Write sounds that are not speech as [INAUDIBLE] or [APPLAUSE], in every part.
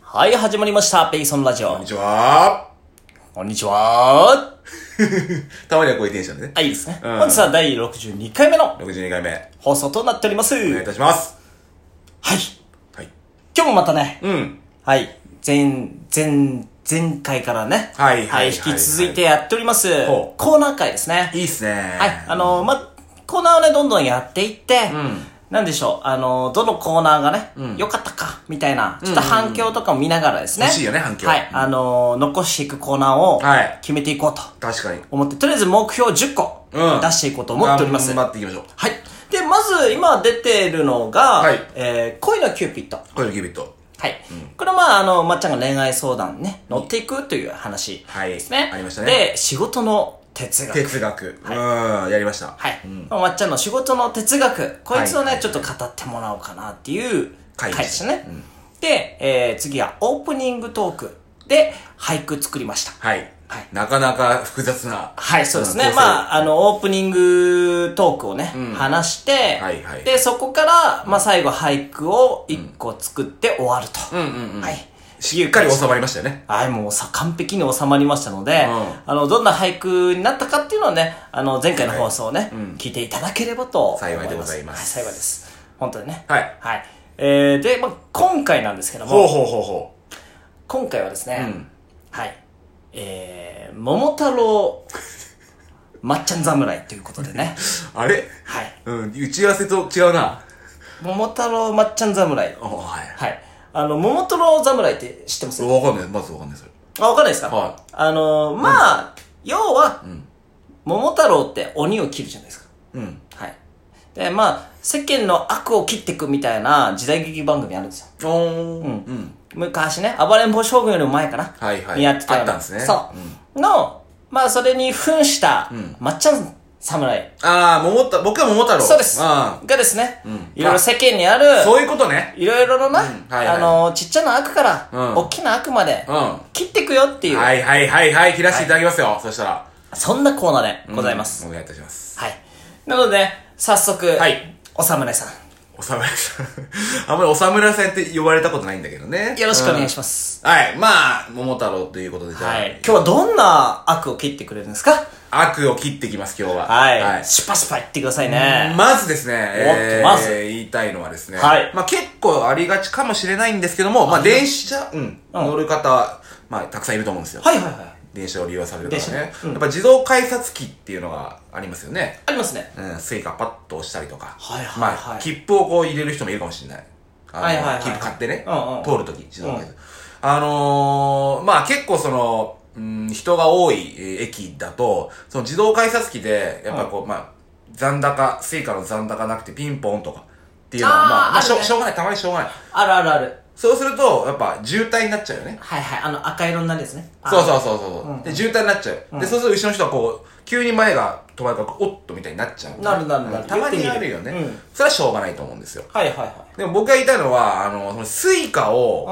はい、始まりました。ペイソンラジこんオに。ちは。こんにちは。たまにはこういうテンションでね。はい、いいですね。うん本日は第62回目の62回目、お放送となっております。はい願いい。たします。はい。今日もまたね、うん。はい、前、前、前回からね、はいはいはいはい引き続いてやっております、ほうコーナー会ですね。いいっすね。はい、あ、のま、コーナーをね、どんどんやっていって、んなんでしょう、あのどのコーナーがね、良、んかったか、みたいな、ちょっと反響とかも見ながらですね。欲しいよね反響はい、うんあの残していくコーナーをはい、決めていこうと確かに。思って、とりあえず目標10個、うん出していこうと思っております。頑は張っていきましょう。い。で、まず、今出てるのが、はいえー、恋のキューピッド。これでキュービット。はい。これはまあ、あの、まっちゃんが恋愛相談にね、乗っていくという話はいですね。ありましたねで、仕事の哲学。哲学。うん、やりました。はい。まあまっちゃんの仕事の哲学、こいつをはいね、ちょっと語ってもらおうかなっていう回回ででししたたね。で、えー次はオープニングトークで俳句作りました。はい。はいなかなか複雑な。はい、そうですうんね。構成まあ、あの、オープニングトークをね、話して、はいはいで、そこから、まあ、最後俳句を一個作って終わると。うんうんうん。はい。しっかり収まりましたよね。はい、もうさ、完璧に収まりましたので、うあの、どんな俳句になったかっていうのはね、あの、前回の放送をね、聞いていただければと幸いでございますはい、幸いです。本当にね。はいはい。えー、で、まあ、今回なんですけどほうも、ほうほうほ今回はですね、うんはい、えー、桃太郎、まっちゃん侍ということで [LAUGHS] ね、う。あれはい。うん、打ち合わせと違うな。桃太郎まっちゃん侍。おはい。はい。あの、桃太郎侍って知ってますわかんない。まずわかんない、それ。あ、わかんないですかはいあのー、まあ、要は、ん桃太郎って鬼を切るじゃないですか。うん。はい。で、まあ、世間の悪を切っていくみたいな時代劇番組あるんですよ。おー。うん。昔ね、暴れん坊将軍よりも前かな。はいはいにやってたよあったんですねそう。の、まあ、それに扮した、まっちゃん侍。あー、桃太、僕は桃太郎。そうです。あがですね、んいろいろ世間にある、ーそういうことね。いろいろのな、うんはいはいあのー、ちっちゃな悪から、うん大きな悪まで、うん。切っていくよっていう、はいはいはいはい、切らせていただきますよ。そしたら。そんなコーナーでございます。うんお願いいたします。はい。なので、早速、はいお侍さん、お侍さん。 [LAUGHS] あんまりお侍さんって呼ばれたことないんだけどね。よろしくお願いしまます。す。はい。まあ、桃太郎ということで、じゃあ、はい。今日はどんな悪を切ってくれるんですか悪を切ってきます、今日は。はい。シュパシュパ言ってくださいね。まずですね、っとまず言いたいのはですね、はいまあ結構ありがちかもしれないんですけども、まあ電車、うん、乗る方、まあたくさんいると思うんですよ。はいはいはい。電車を利用される方電ね車。やっぱ自動改札機っていうのがありますよね。ありますね。うん、スイカパッと押したりとか。はいはいはいまあ、切符をこう入れる人もいるかもしれない。あのはいはいはい切符買ってね。うんうん通るとき、自動改札。あのー、まあ結構その、うん、人が多いえー駅だと、その自動改札機で、やっぱこう、まあ、残高、スイカの残高なくてピンポンとかっていうのは、あーまあ、まああ、るしねょしょうがない、たまにしょうがない。あるあるある。そうすると、やっぱ渋滞になっちゃうよね。はいはい。あの赤色になるやつね。あそうそうそうそう。うんうんで、渋滞になっちゃう。で、そうすると後ろの人はこう、急に前が止まるから、おっとみたいになっちゃう。なるなるなるうんたまにあるよよく見ねるうん。それはしょうがないと思うんですよ。はいはいはでも僕が言いたいのは、あの、そのスイカを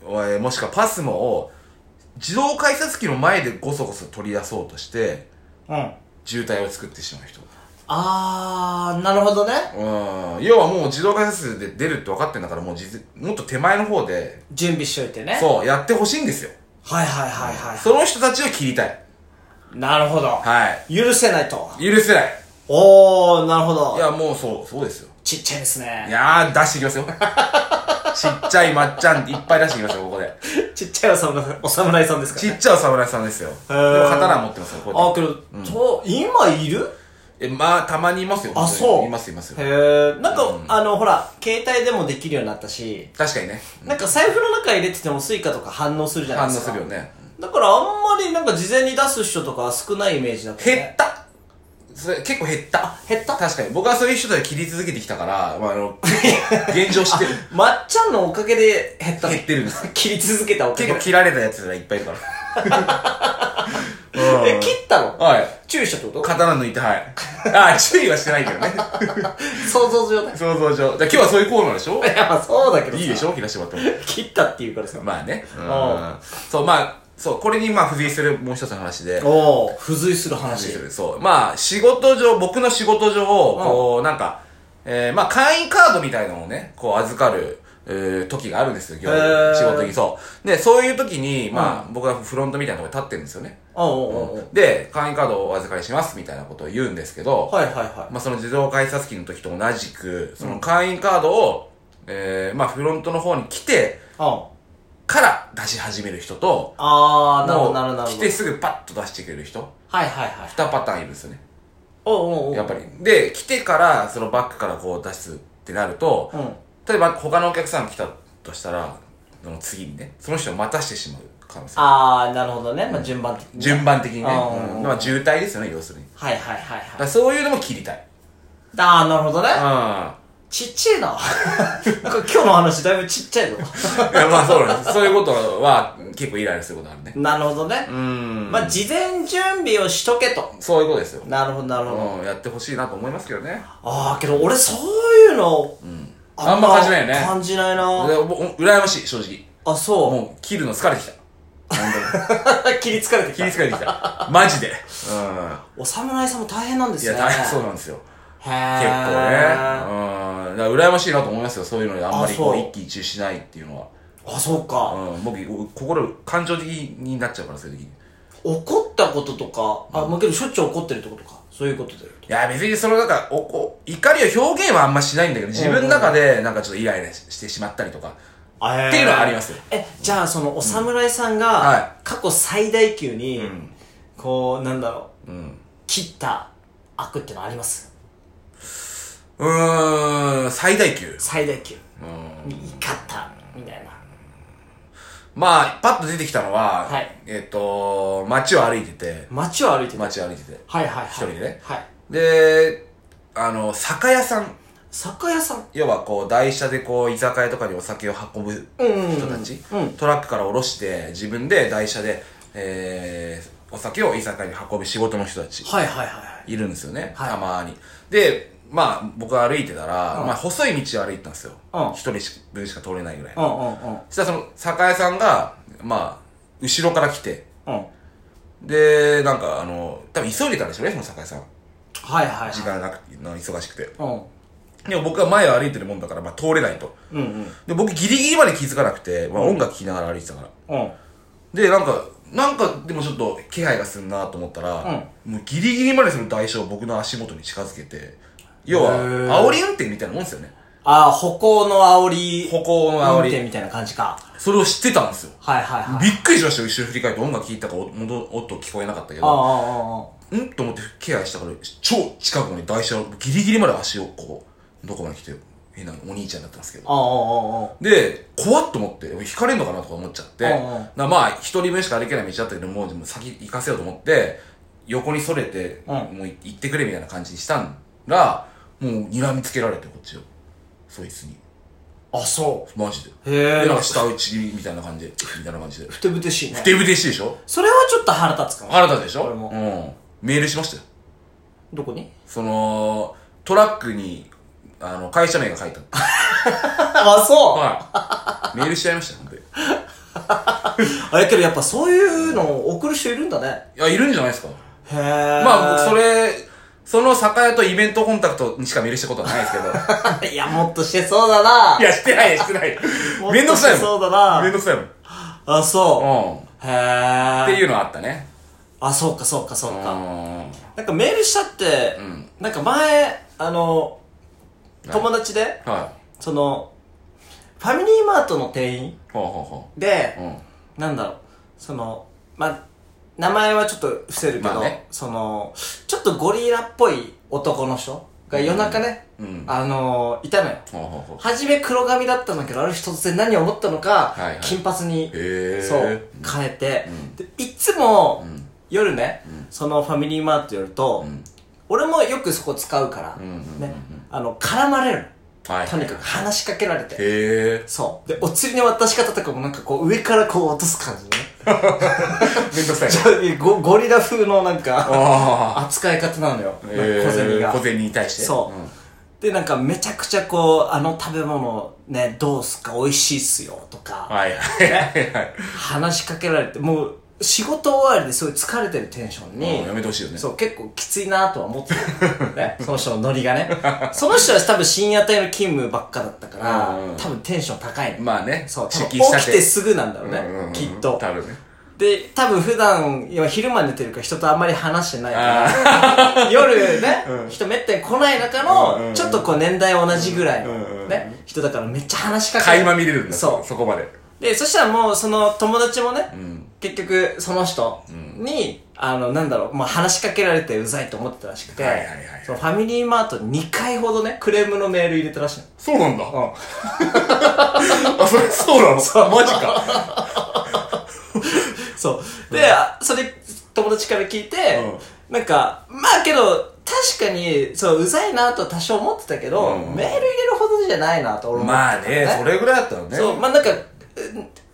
うん、こう、えーもしくはパスモを、自動改札機の前でごそごそ取り出そうとして、い。うん。渋滞を作ってしまう人。あー、なるほどね。うん。要はもう自動改札で出るって分かってんだから、もうじもっと手前の方で、準備しといてね。そう、やってほしいんですよ。はいはいはいはい。その人たちを切りたい。なるほど。はい。許せないと。許せない。おー、なるほど。いや、もうそう、そうですよ。ちっちゃいですいね。やー、出していきますよ。 [LAUGHS] ちっちゃいまっちゃん、いっぱい出していきますよ、ここで。ちっちゃいお侍お侍さんですかちらっちゃいお侍さんですよ。でーも刀持ってますよ、こうやあっ、てけど、そう、今いるえ、まあ、たまにいますよ。あ、本当にそう。います、いますよ。へえ、なんか、うんあの、ほら、携帯でもできるようになったし、確かにね。なんか財布の中入れててもスイカとか反応するじゃな反い応ですか。するよね。だからあんまりなんか事前に出す人とかは少ないイメージだけど、減っね。たそれ、結構減った。減った確かに。僕はそういう人で切り続けてきたから、まあ、あ [LAUGHS] の、結構現状知ってる。まっちゃんのおかげで減ったの減ってるんですよ。 [LAUGHS] 切り続けたおかげ結で。構切られたやつがいっぱいいるから。 [LAUGHS] うんえ、切ったのはい。注意したってこと刀抜いて、はい。あ、注意はしてないけどね。想像上だよ。想像上。だから今日はそういうコーナーでしょいや、 [LAUGHS] まあそうだけどさいいでしょ切らしてもらっても。切ったっていうからさ。まあね。うおん。そう、まあ、そう、これにまあ付随するもう一つの話で。おお付随する話。そう。まあ、仕事上、僕の仕事上、こう、なんか、えー、まあ、会員カードみたいなのをね、こう預かる、えー時があるんですよ、業へー務仕事に。そう。で、そういう時に、まあ、僕はフロントみたいなところに立ってるんですよね。ああ、おうおうおうで、会員カードをお預かりしますみたいなことを言うんですけど、はいはいはい。まあ、その自動改札機の時と同じく、その会員カードを、えー、まあ、フロントの方に来てあから出し始める人と、あー、なるほもどなるほどなるう来ほてど。すぐパッと出してくれる人、はいはいはい。 2パターンいるんですよね。おうおうおう。やっぱり。で、来てから、そのバックからこう出すってなるとう、ん。例えば他のお客さん来たとしたら、その次にね、その人を待たしてしまう可能性。ああ、なるほどね。まあ順番的にね順番的にね。あーうんまあ渋滞ですよね、要するに。はいはいはいだはかい。らそういうのも切りたい。ああ、なるほどね。うん。ちっちゃいな。 [LAUGHS] なんか今日の話だいぶちっちゃい [LAUGHS] ぞ。いや、まあそうなんです。そういうことは結構イライラすることあるね。なるほどねう。ん。まあ事前準備をしとけと。そういうことですよ。なるほどなるほど。うん、やってほしいなと思いますけどね。ああ、けど俺そういうの、あんま感じないよね感じないでな。もう羨ましい、正直。あ、そう。もう、切るの疲れてきた。 [LAUGHS] [LAUGHS] 切りつかれてき切りた。疲れてきた。マジで。うお侍さんも大変なんでん。いすね。や、大変そうなんですよ。へ結構ー。ね。うん。だから羨ましいなと思いますよ。そういうのにあんまりこあうそう一喜一憂しないっていうのは。あ、そうか。うん。僕、心、感情的になっちゃうから、そういう時に。怒ったこととか、あ、まあけどしょっちゅう怒ってるってことか。そういうことで言うと。いや、別にその、なんか、おこ怒りを表現はあんましないんだけど、自分の中で、なんかちょっとイライラしてしまったりとか。っっていうのはありますよえ、じゃあそのお侍さんうんはが、過去最大級に、うんこう、なんだろう、うん。切った悪ってのありますうーん、最大級。最大級。うん。怒った、みたいな。まあ、パッと出てきたのは、はいえっ、と、街を歩いてて、街を歩いてて。街を歩いてて。はいはいはい。一人でねはい。で、あの、酒屋さん、酒屋さん。要はこう、台車でこう、居酒屋とかにお酒を運ぶうん人たち、うんトラックから下ろして、自分で台車で、えー、お酒を居酒屋に運ぶ仕事の人たち、はいはいはい。いるんですよね、はいたまに。で、まあ、僕歩いてたら、うんまあ、細い道を歩いてたんですよ。うん一人し分しか通れないぐらい。うんうんうん。そしたらその、酒屋さんが、まあ、後ろから来て、うん。で、なんかあの、多分急いでたんでしょうね、その酒井さん。はいはいはい。時間なくて、の忙しくて。うん。でも僕は前を歩いてるもんだから、まあ通れないと。うんうん。で、僕ギリギリまで気づかなくて、まあ音楽聴きながら歩いてたから。うん。で、なんか、なんかでもちょっと気配がするなと思ったら、もうギリギリまでその代償を僕の足元に近づけて、要は、へー煽り運転みたいなもんですよね。ああ、歩行の煽り。歩行の運煽転り。みたいな感じか。それを知ってたんですよ。はいはいはい。びっくりしましたよ、後ろ振り返って音楽聴いたから音音聞こえなかったけああど。ああああ。んと思ってケアしたから、超近くまで台車、ギリギリまで足をこう、どこまで来て、えなお兄ちゃんだったんですけど。ああああああ。で、怖っと思って、引かれんのかなとか思っちゃって、うんうんなまあ、一人分しか歩けない道だったけど、もうでも先行かせようと思って、横にそれて、うんもう行ってくれみたいな感じにしたら、もう睨みつけられて、こっちを。そいつに。あ、そマジで。う。へで、え。なんなんかか下打ちみたいな感じで、みたいな感じで。ふてぶてしいねふ。てぶてしいでしょそれはちょっと腹立つかも。腹立つでしょ俺もうん。メールしましたよ。どこにその、トラックに、あの、会社名が書いてあっ [LAUGHS] あ、た。そう。はい。メールしちゃいました、本当に。いあれけどやっぱそういうのを送る人いるんだね。や、いるんじゃないですか。へえ。まあ、僕それ、その酒屋とイベントコンタクトにしかメールしたことはないですけど。れ。いや、もっとしてそうだな。 [LAUGHS] いや、してない、してないもっ。とめんどくさいそ [LAUGHS] も。うんだなめんどくさいもん。あ、そうん。う。へっえ。ていうのはあったね。あ、そうか、そうか、そううか。ん。なんかメールしたって、んなんか前、あの、い友達で、はその、ファミリーマートの店員い。ほうほでう、ほう。うん。なんだろう、その、まあ、名前はちょっと伏せるけど、まあねその、ちょっとゴリラっぽい男の人が夜中ね、うん。あのいたのよ。ほうほうほう。はじめ黒髪だったんだけど、ある日突然何を思ったのか、はいはい金髪に、へえ。そう、変えて、んでいつも、うん。夜ね、そのファミリーマート寄ると、うん。俺もよくそこ使うから、うんうんうんうんね、あの、絡まれるはの。い。とにかく話しかけられて。へえ。そう。で、お釣りの渡し方とかもなんかこう、上からこう落とす感じね。 [LAUGHS] めんどくさい。ちょいゴゴリラ風のなんか、ああ。 [LAUGHS] 扱い方なのよ。なんかへー小銭が小。銭に対して。そううん。で、なんかめちゃくちゃこう、あの食べ物ね、どうすか美味しいっすよとか、 [LAUGHS] はいはいはいはい。話しかけられて、もう、仕事終わりですごい疲れてるテンションに、うんやめてほしいよねそう、結構きついなとは思って [LAUGHS] た、ね。その人のノリがね。その人は多分深夜帯の勤務ばっかだったから、うんうん多分テンション高いの。まあねそう、多指分揮した起きてすぐなんだろうね、うんうんうんきっと。多分ねで、多分普段、要は昼間寝てるから人とあんまり話してない [LAUGHS] から、夜ね、人めったに来ない中の、うんうんうんちょっとこう年代同じぐらいの、うんうんうんね、人だからめっちゃ話しかけ垣間見れるんだそうそこまでで、そしたらもうその友達もね、ん結局その人に、あの、なんだろう、まあ、話しかけられてうざいと思ってたらしくて、はいはいはいはいそのファミリーマートに2回ほどね、クレームのメール入れたらしいの。そうなんだ [LAUGHS] うん。あそれそうなのそうマジかそう。で、あそれ、友達から聞いて、なんか、まあけど、確かに、そう、うざいなとは多少思ってたけど、うんメール入れるほどじゃないなと俺も。まあねそれぐらいだったらねそう、まあなんか、うん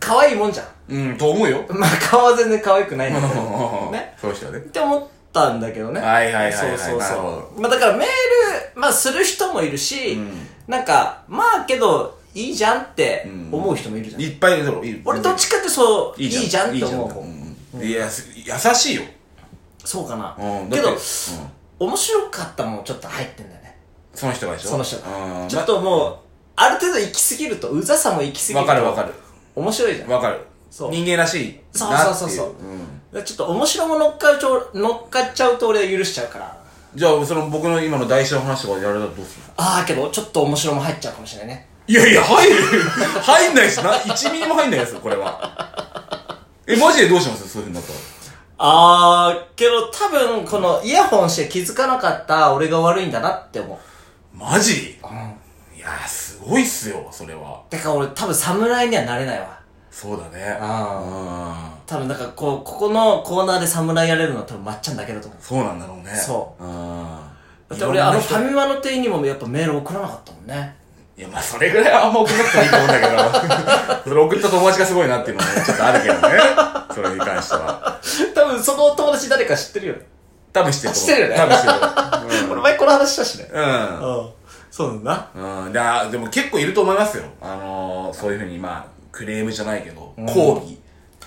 可愛いもんじゃ [LAUGHS] ん。うんと思うよまあ顔は全然可愛くないんだけど [LAUGHS] ね。そうしたねって思ったんだけどね。はいはいはいはいそうそうなるほそう。まあだからメール、まあする人もいるし、なんか、まあけど、いいじゃんって思う人もいるじゃん。いっぱいいるだろいる俺どっちかってそう、いいじゃんって思う方。うんいやす優しいよそうかな。うんだけっど、てうん面白かったもんちょっと入ってんだよね。その人がでしょその人うが。んちょっともう、ある程度行き過ぎると、うざさも行き過ぎると。わかるわかる。面白いじゃん。だわかるそう人間らしいそうなっていそうそうそうんからちょっと面白も乗っかっちゃう、乗っかっちゃうと俺は許しちゃうから。じゃあその僕の今の代償の話とかやられたらどうするのああ、けど、ちょっと面白も入っちゃうかもしれないね。いやいや入る入んないしな1ミリも入んないやつよこれはえマジでどうしますそういうふうになったらあー、けど多分、このイヤホンして気づかなかった俺が悪いんだなって思う。マジいやすごいっすよそれはだから俺多分侍にはなれないわ。そうだねうん多分なんかこう、ここのコーナーで侍やれるのは多分まっちゃんだけだと思う。そうなんだろうねそううんだって俺あのいフろんァな人ミマの店員にもやっぱメール送らなかったもんね。いやまあそれぐらいはあんま送んなくてもいいと思うんだ [LAUGHS] けどそれ送った友達がすごいなっていうのもねちょっとあるけどねそれに関しては多分その友達誰か知ってるよね。多分してると思しうてるよね多分してる俺前この話したしね。うんうんうん。そうなんだ。うん、であでも結構いると思いますよ。あのー、そういうふうに、まあ、クレームじゃないけど、抗議。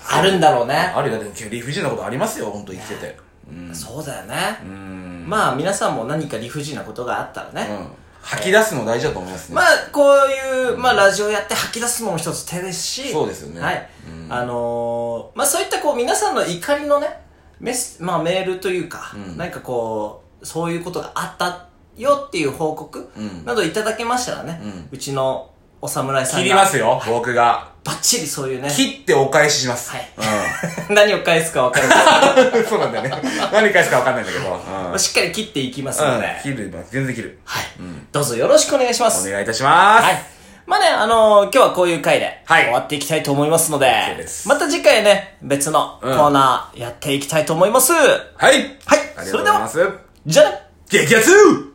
あるんだろうね。あるよ、だって理不尽なことありますよ、本当生きてて。うん。そうだよね。うん。まあ皆さんも何か理不尽なことがあったらね。うん。吐き出すの大事だと思いますね。まあ、こういう、まあ、ラジオやって吐き出すのも一つ手ですし。そうですよねはい。あのー、まあ、そういったこう、皆さんの怒りのね、メス、まあ、メールというか、んなんかこう、そういうことがあったよっていう報告うんなどいただけましたらね、うんちのお侍さんが。切りますよ、僕が。バッチリそういうね。切ってお返しします。はい。 [LAUGHS] 何を返すか分から [LAUGHS] ないうん。そうなんだよね。何返すかわかんないんだけど。うん。まあ。しっかり切っていきますうのんで。切る、全然切る。はい。どうぞよろしくお願いしまおす。願いいたします。はい。まあね、あのー今日はこういう回で、はい終わっていきたいと思いますので、うですまた次回ね、別のコうんーナーやっていきたいと思います。はい。はい。ありがそれでとうございまは、す。じゃあね激アツ